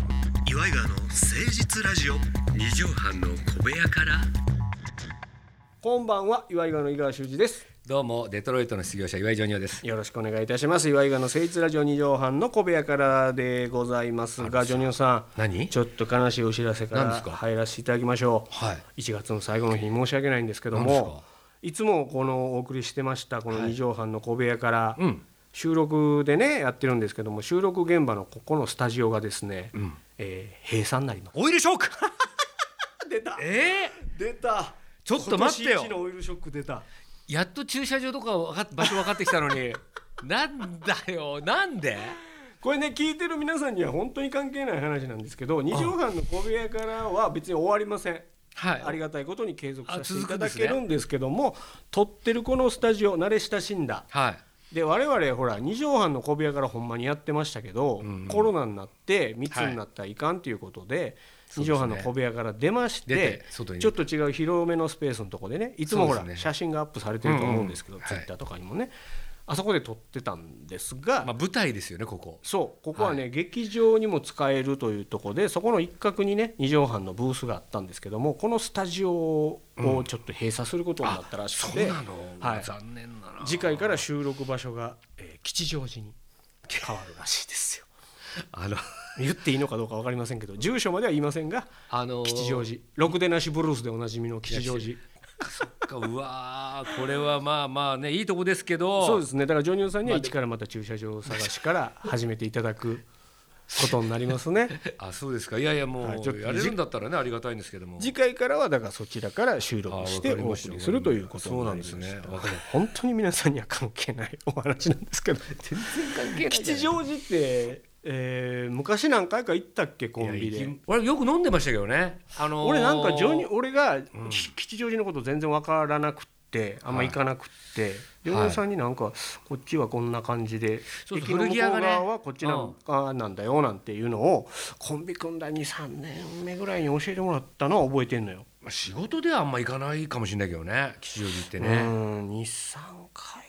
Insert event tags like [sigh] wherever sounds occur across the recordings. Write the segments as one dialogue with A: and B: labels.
A: イガーの誠実ラジオ
B: 二畳半の小部屋から
C: こんばんは、岩井川の井川修司です。
B: どうもデトロイトの失業者岩井ジョニオです
C: よろしくお願いいたします。岩井川の誠実ラジオ二畳半の小部屋からでございますが、ジョニオさん。
B: 何
C: ちょっと悲しいお知らせか
B: 何
C: ら
B: ですか
C: 入らせていただきましょう。
B: はい
C: 1月の最後の日申し訳ないんですけど
B: 何ですか
C: もいつもこのお送りしてましたこの2畳半の小部屋から、
B: うん
C: 収録でねやってるんですけども収録現場のここのスタジオがですね、えー閉鎖になります
B: オイルショック
C: 出た
B: え
C: 出た
B: ちょっと待ってよ
C: 今年一のオイルショック出た
B: ー、やっと駐車場とかわかっ場所分かってきたの [laughs] になんだよなんで
C: これね聞いてる皆さんには本当に関係ない話なんですけど2畳半の小部屋からは別に終わりません
B: はい
C: ありがたいことに継続させて
B: あ
C: い
B: 続く
C: た
B: んで
C: だ
B: すね
C: けるんですけども撮ってるこのスタジオ慣れ親しんだ
B: はい
C: で我々ほら2畳半の小部屋からほんまにやってましたけど、コロナになって密になったらいかんということで、2
B: うですね
C: 畳半の小部屋から出まし
B: 出て
C: て
B: 外に
C: ちょっと違う広めのスペースのとこでねいつもほ
B: そ
C: ら、
B: うですね
C: 写真がアップされてると思うんですけど、
B: うんうん
C: ツイッターとかにもね、あそこで撮ってたんですが、
B: まあ舞台ですよねここ
C: そうここはね、劇場にも使えるというところでそこの一角にね2畳半のブースがあったんですけどもこのスタジオをちょっと閉鎖することになったらしくて、はい、
B: 残念だな
C: 次回から収録場所が、えー吉祥寺に [laughs] 変わるらしいですよ
B: あの
C: 言っていいのかどうか分かりませんけど住所までは言いませんが
B: あのー
C: 吉祥寺ろくでなしブルースでおなじみの吉祥
B: い
C: 寺
B: かうわーこれはまあまあねいいとこですけど
C: そうですねだからジョニオさんには一からまた駐車場探しから始めていただくことになります [laughs] ね
B: あそうですかいやいやもう、
C: はいちょっと
B: やれるんだったらねありがたいんですけども
C: 次回からはだからそちらから収
B: あ
C: 録
B: ー
C: して
B: わかり
C: お
B: ました
C: 送りするということになりま
B: そうなんですねわか
C: す
B: り
C: ね本当に皆さんには関係ないお話なんですけど吉祥寺って、えー昔何回か行ったっけコンビで。
B: 俺よく飲んでましたけどね、あのー
C: 俺なんかジョニー俺がき吉祥寺のこと全然わからなくってあんま行かなくって、ジョニーさんになんかこっちはこんな感じで、
B: そうそう
C: 駅の向こう
B: 古着屋がね
C: 側はこっちなんかなんだよなんていうのをコンビ組んだ23年目ぐらいに教えてもらったのは覚えてんのよ。
B: まあ仕事ではあんま行かないかもしれないけどね吉祥寺って
C: う
B: ね、
C: ん23回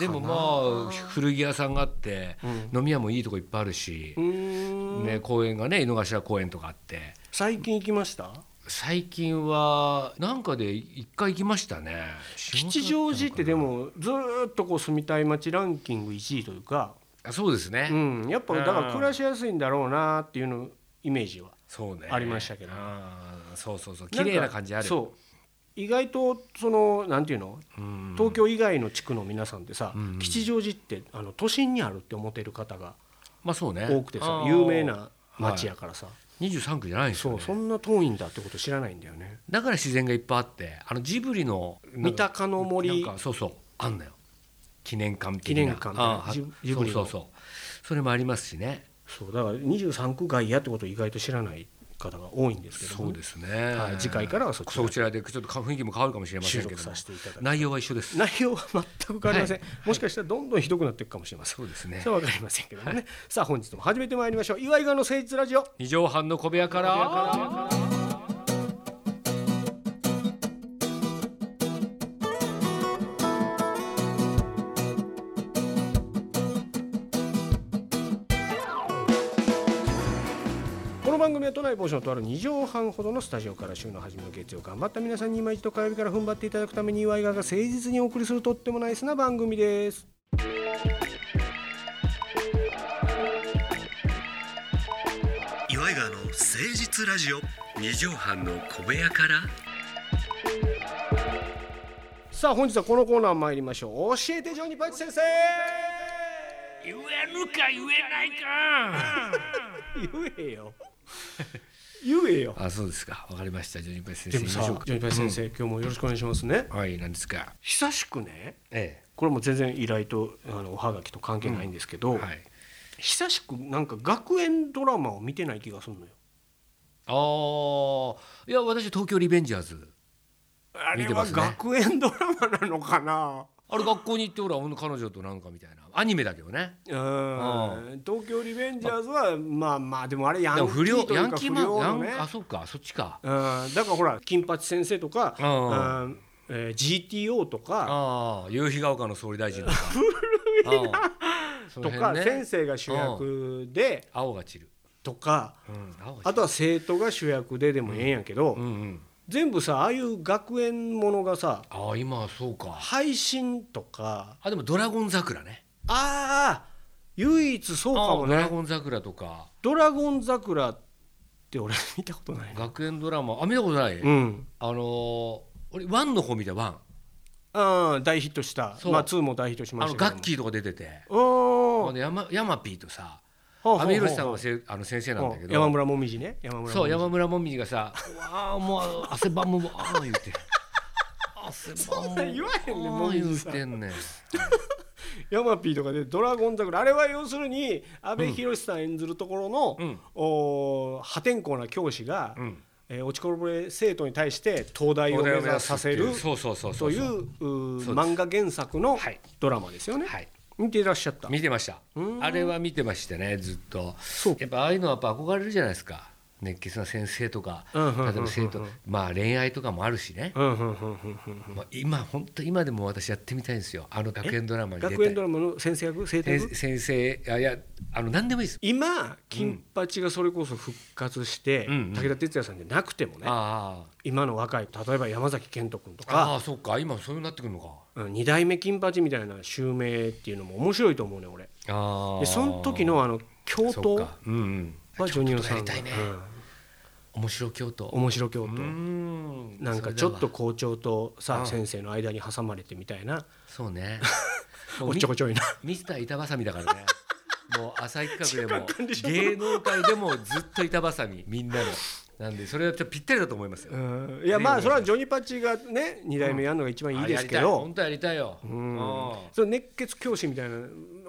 B: でもまあ古着屋さんがあって、飲み屋もいいとこいっぱいあるし
C: う、ーん
B: ね、公園がね井の頭公園とかあって
C: 最近行きました
B: 最近はなんかで一回行きましたね
C: 吉祥寺ってでもずーっとこう住みたい街ランキング1位というか、
B: あそうですね、
C: うん、やっぱだから暮らしやすいんだろうなっていうのイメージは。
B: そうね
C: ありましたけど
B: あーそうそうそう綺麗な感じあ
C: ん
B: る
C: かそう意外とそのなんていうの、
B: うん
C: 東京以外の地区の皆さんってさ、吉祥寺ってあの都心にあるって思ってる方が
B: まあそうね
C: 多くてさ
B: あー
C: 有名な町やからさ、
B: 23区じゃないんですよ、
C: そ
B: ね
C: う、そんな遠いんだってこと知らないんだよね
B: だから自然がいっぱいあってあのジブリのな
C: 三
B: んか
C: 鷹の
B: なん
C: 森
B: かそうそうあんのよ記念館的な
C: 記念館みたいな
B: ああ
C: ジ
B: ジ
C: ジ
B: ブ
C: ブ
B: リ
C: リ
B: そ
C: の
B: うそうそうそれもありますしね
C: そうだから23区外やってことを意外と知らない方が多いんですけど
B: そ
C: も
B: う
C: ね、
B: ですね、
C: はい次回からはそちら
B: そちらでちょっと雰囲気も変わるかもしれませ
C: 収
B: んけ
C: 録
B: ども
C: させていただき
B: 内容は一緒です
C: 内容は全く変わりません、もしかしたらどんどんひどくなっていくかもしれません
B: そうですね
C: それは分かりませんけどもね、さあ本日も始めてまいりましょう岩井川の誠実ラジオ
B: 二畳半の小部屋から
C: この番組は都内某所のとある2畳半ほどのスタジオから週の初めの月曜頑張った皆さんに今一度火曜日から踏ん張っていただくために岩井川が誠実にお送りするとってもナイスな番組です
A: 岩井川の誠実ラジオ
B: 二畳半の小部屋から
C: さあ本日はこのコーナー参りましょう教えてジョニーパチ先生
B: 言えぬか言えないか
C: 言えよ言えよ
B: あそうですかわかりましたジョニーパイ先
C: で
B: 生
C: もさ
B: 言
C: ジ
B: い
C: ョ
B: ましょ
C: ニーパチ先生、今日もよろしくお願いしますね
B: うかはい何ですか
C: 久しくね
B: え
C: これも全然依頼とあのおはがきと関係ないんですけど、
B: えはい
C: 久しくなんか学園ドラマを見てない気がするのよ
B: あーいや私東京リベンジャーズ
C: あ
B: 見
C: れ
B: てま
C: は
B: すね
C: 学園ドラマなのかな
B: あれ学校に行ってほら俺の彼女となんかみたいなアニメだけどね
C: うん東京リベンジャーズはまあまあでもあれヤン
B: で
C: キ
B: も不良
C: ーとい
B: ヤ
C: う
B: ン
C: か
B: キー
C: 不
B: マン
C: 良
B: ヤ
C: の
B: ン
C: ね
B: あそっかそっちか
C: うんだからほら金八先生とか
B: うん
C: うんえー GTO とか
B: ああ夕日が丘の総理大臣
C: [laughs]
B: とか古いな
C: とか先生が主役で
B: 青が散る
C: とか
B: うん青じゃん
C: あとは生徒が主役ででもええんやけど、
B: うんうん
C: 全部さああいう学園ものがさ
B: ああ今そうか
C: 配信とか
B: あでもドラゴン桜ね
C: ああ唯一そうかも
B: あドラ
C: ね
B: ゴン桜とか
C: 「ドラゴン桜」って俺見たことないな
B: 学園ドラマあ見たことない、
C: うん
B: あのー、俺ワンの方見たワン
C: あー大ヒットした
B: そう
C: まあ2も大ヒットしま
B: あ
C: し
B: の
C: たけど
B: ガッキーとか出てて
C: お
B: あ
C: お
B: の山山ピーとさ
C: 阿
B: 阿部寛さんはせあの先生なんだけど
C: 山村もみじね山村もみじ
B: そう山村もみじがさ「うわあもう汗ばむわ」言う
C: [laughs]
B: て「汗ばむ」
C: そんなん言わへんねんもみじ
B: 言う
C: さん
B: てんねん
C: ヤマピーとかで「ドラゴン桜」あれは要するに阿部寛さん演ずるところの、
B: うん
C: おー破天荒な教師が、
B: うん
C: えー落ちこぼれ生徒に対して東大を目指させる
B: そうそうそうそ
C: と
B: う
C: い
B: そう
C: うー
B: そうです
C: 漫画原作の
B: はい
C: ドラマですよね、
B: はい
C: 見ていらっしゃった
B: 見てました
C: うん
B: あれは見てましたねずっと
C: そう
B: やっぱああいうのはやっぱ憧れるじゃないですか熱血な先生とか
C: うんうんうんうんうん
B: 例えば生徒まあ恋愛とかもあるしね
C: うんうんうんうんうん
B: まあ今本当今でも私やってみたいんですよあの学園ドラマに出
C: 学園ド
B: て
C: ラマの先生役生徒
B: 先
C: 役
B: 先生いやいやあの何でもいいです
C: 今金八がそれこそ復活して、
B: うんうん
C: 武田鉄矢さんじゃなくてもね、
B: ああ
C: 今の若い例えば山崎賢人君とか
B: ああそうか今そういうなってくるのか
C: うん二代目金八みたいな襲名っていうのも面白いと思うね俺
B: あ
C: でその時のあの教
B: そ
C: 頭
B: う
C: は
B: かうんうん
C: ジョニオさん
B: 京都
C: が、
B: やりたいね面白京都
C: うん面白教頭
B: ん
C: なんかちょっと
B: それだわ
C: 校長と
B: う
C: さ
B: ん
C: 先生の間に挟まれてみたいな
B: そうねも
C: [laughs] お
B: う
C: っ
B: み
C: ちょこちょいな
B: ミスター板挟みだか
C: [laughs]
B: らねもう浅い企画でも
C: 中間でしょ
B: 芸能界でもずっと板挟みみんなのなんでそれはちょっとぴったりだと思いますよ
C: うんいやまあそれはジョニーパッチがね二代目やるのが一番いいですけ
B: あやりたい
C: ど
B: 本当やりたいよ
C: うん
B: あ
C: その熱血教師みたいな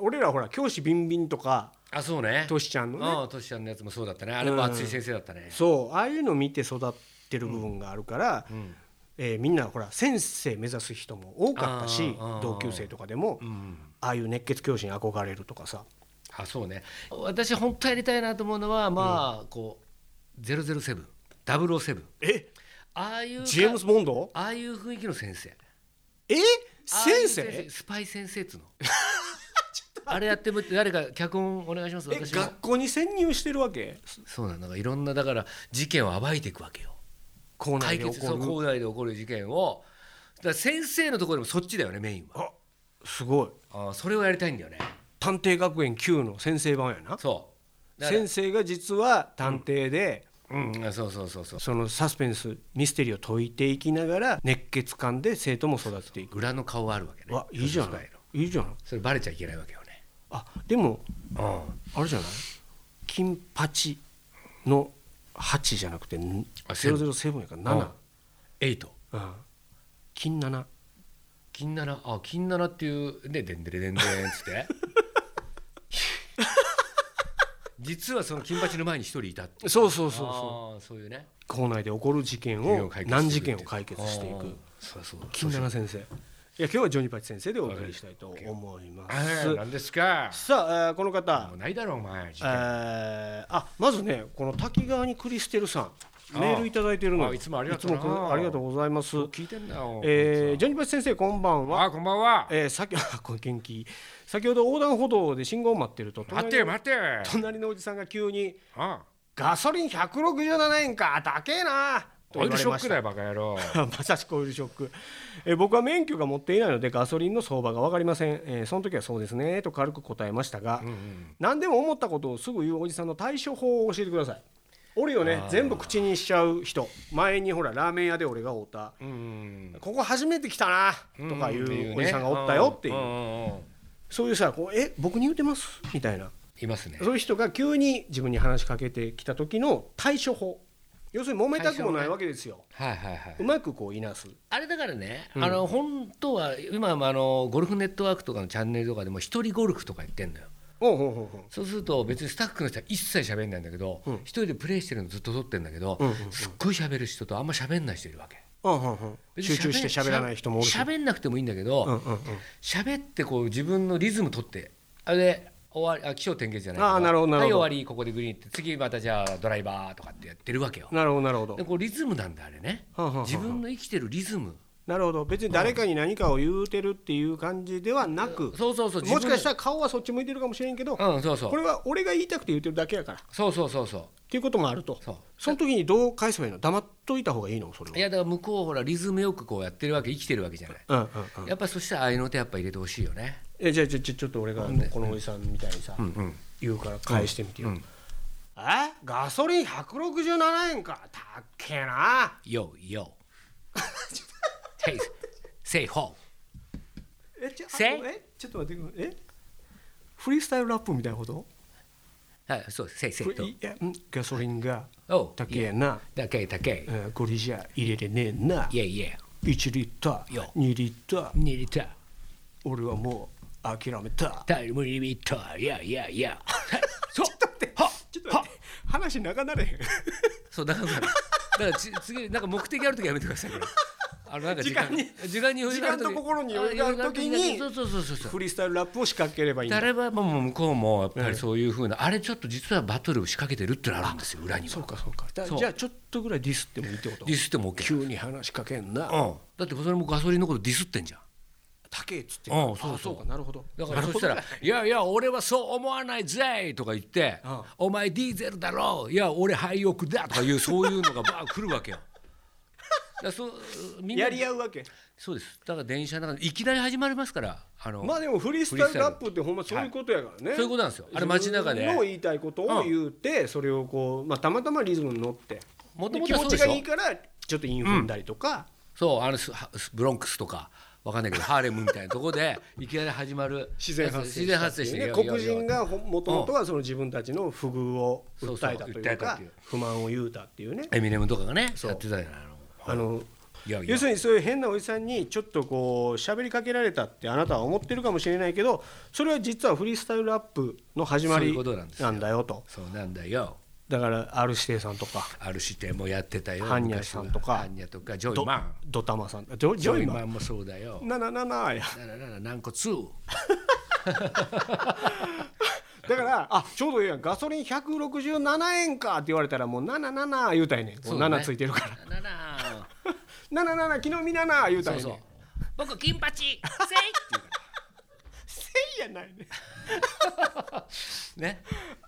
C: 俺らほら教師ビンビンとか
B: あそうね
C: トシちゃんのね
B: ああトシちゃんのやつもそうだったねあれも熱い先生だったね
C: そうああいうの見て育ってる部分があるから、
B: うん
C: えーみんなほら先生目指す人も多かったし
B: あーあー
C: 同級生とかでも
B: うん
C: ああいう熱血教師に憧れるとかさ
B: あそうね私本当やりたいなと思うのはまあ、こう007 007
C: え
B: ああいうか
C: ジェームズ・ボンド
B: ああいう雰囲気の先生
C: え
B: ああいう
C: 先生
B: スパイ先生っつ [laughs] うのあれやっても誰か脚本お願いします
C: え
B: 私も
C: 学校に潜入してるわけ
B: そうなのがいろんなだから事件を暴いていくわけよ
C: 校内
B: 解
C: で
B: 決
C: 起
B: そう
C: こ
B: 校内で起こる事件をだから先生のところでもそっちだよねメインは
C: るあすごい
B: ああそれをやりたいんだよね
C: 探偵学園 Q の先生版やな
B: そうだから
C: 先生が実は探偵で、
B: うんあそうそうそうそう
C: そのサスペンスミステリーを解いていきながら熱血感で生徒も育てていく
B: 裏の顔があるわけね
C: わいいじゃ
B: そ
C: な
B: う
C: い
B: そう
C: いいじゃない
B: それバレちゃいけないわけよね
C: あでも
B: うん
C: あれじゃない金八の8じゃなくてん
B: あセブン
C: 007やから7、
B: エイト
C: うん金7
B: 金七あ金七っていうででんでれでんでんっつって
C: [laughs]
B: 実はその金八の前に一人いたって
C: そうそうそう
B: そう
C: そ
B: そうそういうね
C: う校内で起こる事件を何事件を解決していく
B: そうそう
C: 金七先生いや今日はジョニーパチ先生でお送りしたいと思いま
B: ああ
C: す
B: 何ですか
C: さあえーこの方
B: もうないだろお前
C: えーあまずねこの滝川にクリステルさんメールいただいてるの
B: あいつもありがとうない
C: つもくありがとうございます
B: 聞いてんだよ
C: えー
B: じ
C: ジョニーパチ先生こんばんは
B: ゃあこんばんは
C: えー、先 [laughs] これ元気先ほど横断歩道で信号を待ってると隣
B: 待
C: の
B: て待て
C: 隣のおじさんが急に
B: あ
C: 「ガソリン167円か高えな」と
B: オ
C: 言わ
B: イル
C: れ
B: ショ
C: ま
B: ッ
C: した
B: クだよバカ野郎
C: [laughs] まさしくオイルショック、えー僕は免許が持っていないのでガソリンの相場が分かりません、えーその時はそうですねと軽く答えましたが、何でも思ったことをすぐ言うおじさんの対処法を教えてくださいおるよね全部口にしちゃう人前にほらラーメン屋で俺がおった、
B: うん
C: ここ初めて来たなとかいうおじさんがおったよっていう、
B: う
C: そういうさこうえ僕に言うてますみたいない
B: ますね
C: そういう人が急に自分に話しかけてきた時の対処法要するに揉めたくもないわけですよ、
B: はいはいはいう
C: まくこういなす
B: あれだからね、あの本当は今あのゴルフネットワークとかのチャンネルとかでも一人ゴルフとか言ってんのよ
C: おうほうほうほう
B: そうすると別にスタッフの人は一切喋んないんだけど一、人でプレイしてるのずっと撮ってんだけど、
C: うんうんうん
B: すっごい喋る人とあんま喋んない人いるわけ
C: うんうんうん集中して喋らない人もおるし、
B: 喋んなくてもいいんだけ
C: うんうんう
B: ど
C: ん、
B: 喋、ってこう自分のリズム取ってあれで終わりあ気象点結じゃないけ
C: あーなるほどなるほど
B: はい終わりここでグリーンって次またじゃあドライバーとかってやってるわけよ
C: なるほどなるほど
B: でこうリズムなんだあれね
C: はあはあはあ
B: 自分の生きてるリズム
C: なるほど別に誰かに何かを言うてるっていう感じではなく、
B: そうそうそう
C: もしかした
B: ら
C: ら顔はそっち向いてるかもしれんけど、
B: うんそうそう
C: これは俺が言いたくて言ってるだけやからっ
B: そうそうそうそう
C: ていうこともあると
B: そう
C: その時にどう返せばいいの黙っといた方がいいのそれはい
B: やだから向こうほらリズムよくこうやってるわけ生きてるわけじゃない
C: うんうんうん
B: やっぱそしたらああいうの手やっぱ入れてほしいよね
C: えじゃあじゃあじゃあちょっと俺がこのおじさんみたいにさ、
B: うんうん
C: 言うから返してみてよ、
B: うん
C: えガソリン167円かたっけえな
B: Yo
C: [laughs]
B: yo Hey say ho
C: えちょ
B: せ
C: あえちょっと待ってえフリースタイルラップみたいなこと
B: はいそうです say
C: フ
B: say と
C: リいやうんガソリンが
B: Oh
C: たっけえな、
B: だけだけ
C: えーこれじゃ入れれねえな
B: Yeah yeah
C: 1リッター
B: よ
C: 2リッター
B: 2リッター
C: 俺はもう諦めた
B: タイムリミッター Yeah yeah yeah そうは
C: ちょっと待って話長なれへん
B: そうだからだからち次なんか目的ある時やめてくださいこれあのなんか
C: 時間に
B: 時間に余裕がある時
C: 時間と心に余裕がある時に
B: あ余裕がある時そうそうそうそ
C: [laughs]
B: う
C: フリースタイルラップを仕掛ければいいんだ
B: 誰はもう向こうもやっぱりそういうふうな、あれちょっと実はバトルを仕掛けてるってのあるんですよ裏に
C: そう
B: は
C: かそうかだ
B: そう
C: じゃあちょっとぐらいディスってもいいってこと
B: ディスっても OK
C: 急に話しかけんな、
B: うんだってそれもガソリンのことディスってんじゃん
C: 高えっつって
B: うんそうそう
C: あかなるほど
B: だからそしたら「いやいや俺はそう思わないぜ」とか言って
C: うん
B: 「お前ディーゼルだろういや俺廃屋だ」とかいうそういうのがバー来るわけよ。だからそうみんな
C: やり合うわけ
B: そうですだから電車の中でいきなり始まりますからあの、
C: まあでもフリースタイルラップってほんまそういうことやからね、
B: そういうことなんですよあれ街中で
C: 自分の言いたいことを言うて、それをこう、まあ、たまたまリズムに乗って
B: もと
C: で
B: も
C: 気
B: とは
C: 持
B: そう
C: ち
B: で
C: が
B: しょ
C: いいからちょっとイン踏んだりとか、
B: そうあのスハスブロンクスとかわかんないけどハーレムみたいなとこでいきなり始まる
C: 自然発生
B: 自然発生して
C: ね
B: よ
C: 黒人
B: よ
C: がもともとはその自分たちの不遇を訴えたと
B: そうそ
C: い
B: う訴え
C: う
B: たっ
C: か
B: ていう
C: 不満を言うたっていうね
B: エミネムとかがね
C: そう
B: やってたじゃないの
C: あの
B: いやいや
C: 要するにそういう変なおじさんにちょっとこう喋りかけられたってあなたは思ってるかもしれないけどそれは実はフリースタイルアップの始ま
B: そうい
C: り
B: うことなんですよ
C: なんだよと
B: そうなんだよ
C: だから R 指定さんとか
B: ある視点もやってたよ
C: ハンニャさんとか
B: ハンニャとかジョイ
C: ド
B: マン
C: ドタマさんジョ
B: ジ
C: ジ
B: ョ
C: ョ
B: イ
C: イ
B: マ
C: マ
B: ンもそうだよ
C: ンななななや
B: なななな軟骨
C: だからあちょうどいいやんガソリン167円かって言われたらもう77言うたいねんこう
B: そうね
C: 7ついてるか
B: ななな
C: ら77昨日見7言うたい
B: そう
C: ねん
B: そう
C: せ
B: 僕金八せいって言うか
C: いやないねん
B: らね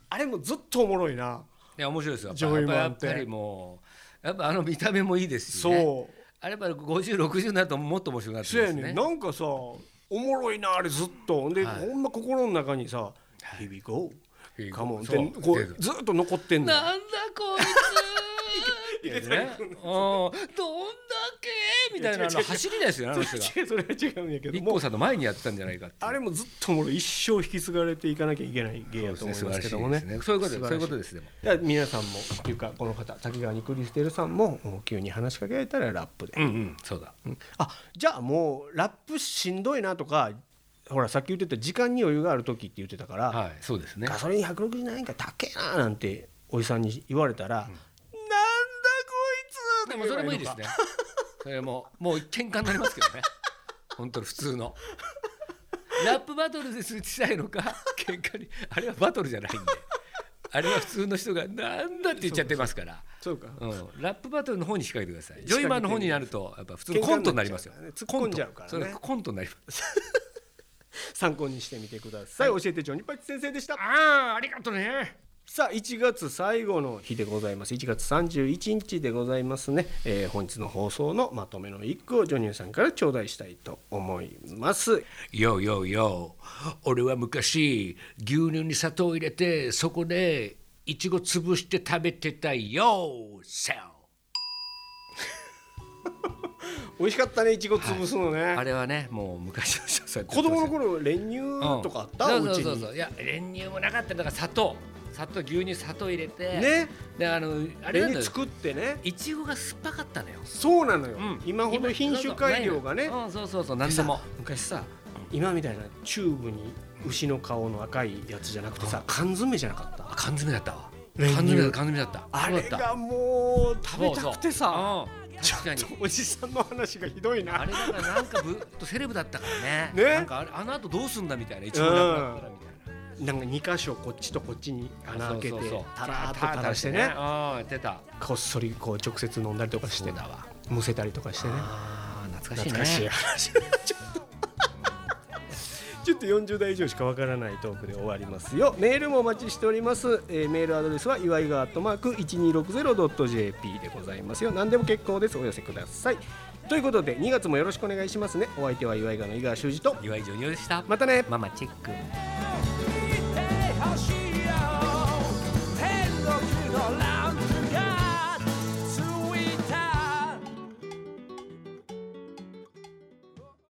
C: あれもずっとおもろいない
B: や面白いですよ
C: ジョイマンって
B: やっぱりもうやっぱあの見た目もいいですし、ね、
C: そう
B: あれやっぱ5060になるともっと面白くなってく
C: そう
B: る
C: や
B: んで
C: ね
B: す
C: ん
B: ね
C: なんかさおもろいなあれずっとで、
B: はい
C: ほんま心の中にさ「Here we go」
B: Here we go
C: カモンって
B: そう
C: こ
B: 出
C: う
B: る
C: ずっと残ってんのよ
B: なんだこいつ
C: 入れ
B: ね
C: たり [laughs]
B: うんどんだけみたいなあの走りないですよねあの人が
C: 違うそれは違うんやけど
B: 一
C: も
B: 個
C: う
B: さんの前にやってたんじゃないかっていう
C: あれもずっとおもろい一生引き継がれていかなきゃいけない芸やと思いますけどもね
B: 素晴らしいですねそういうことです
C: 素晴ら
B: そういう
C: し
B: ことですでも
C: いや皆さんもっていうかこの方滝川にクリステルさんももう急に話しかけられたらラップで、
B: うんうんそうだ
C: あじゃあもうラップしんどいなとかほらさっき言ってた時間に余裕がある時って言ってたから、
B: はいそうですね
C: ガソリン167円か高えななんておじさんに言われたら、なんだこいつ
B: でもそれもいいですねそれももう喧嘩になりますけどね本当に普通のラップバトルですしたいのか喧嘩にあれはバトルじゃないんであれは普通の人がなんだって言っちゃってますから
C: そうか
B: うん、ラップバトルの方に仕掛けてください。ジョイマンの方になると、やっぱ普通のコントになりますよ。
C: 突っ込んじゃうから
B: それ
C: ね
B: コントになります。
C: 参考にしてみてください、教えてジョニパチ先生でした
B: ああ、ありがとうね。
C: さあ1月最後の日でございます1月31日でございますね、えー本日の放送のまとめの一句をジョニーさんから頂戴したいと思います
B: よよよ。俺は昔、牛乳に砂糖入れて、そこでいちご潰して食べてたよ。セ
C: 美味しかったねいちご潰すのね、
B: あれはね、もう昔の人はそうやって
C: 子供の
B: やって
C: 頃練乳
B: ましたよ
C: とかあった、
B: うん
C: おうち
B: そう
C: に
B: そうそうそういや練乳もなかったんだから砂糖砂糖牛乳砂糖入れて
C: ね
B: であのあれな
C: 練
B: ん
C: 乳
B: だよ
C: 作ってね
B: いちごが酸っぱかったのよ
C: そうなのよ、
B: うん
C: 今ほど品種改良がね
B: 今そうそうそう何
C: で
B: で
C: さ
B: も
C: 昔さ今みたいなチューブに牛の顔の赤いやつじゃなくてさ缶詰じゃなかった
B: あ缶詰だったわ
C: 練
B: 缶
C: 乳
B: 詰だった缶詰だった
C: あ
B: そう
C: れ
B: だった
C: がもう食べたくてさ
B: そうそううん
C: ちょ
B: 確
C: っ
B: かに
C: とおじさんの話がひどい
B: あ
C: な
B: れだからなんかぶっとセレブだったからね
C: ね
B: なんかあれあの後どうすんだみたいないちごなくなったらみたい
C: な
B: な
C: んか2箇所こっちとこっちに穴開けて
B: そうそうそう
C: タラーっと垂らしてね
B: うんやってた
C: こっそりこう直接飲んだりとかして
B: そうだわ
C: むせたりとかしてね
B: あー懐懐かしいね
C: 懐かしい話だちょっと [laughs] ちょっと40代以上しかわからないトークで終わりますよメールもお待ちしております、えーメールアドレスは祝いがアットマーク 1260.jp でございますよ何でも結構ですお寄せくださいということで2月もよろしくお願いしますねお相手は祝いがの井川修司と
B: 岩井ジョニオでした
C: またね
B: ママチェック
D: 走れ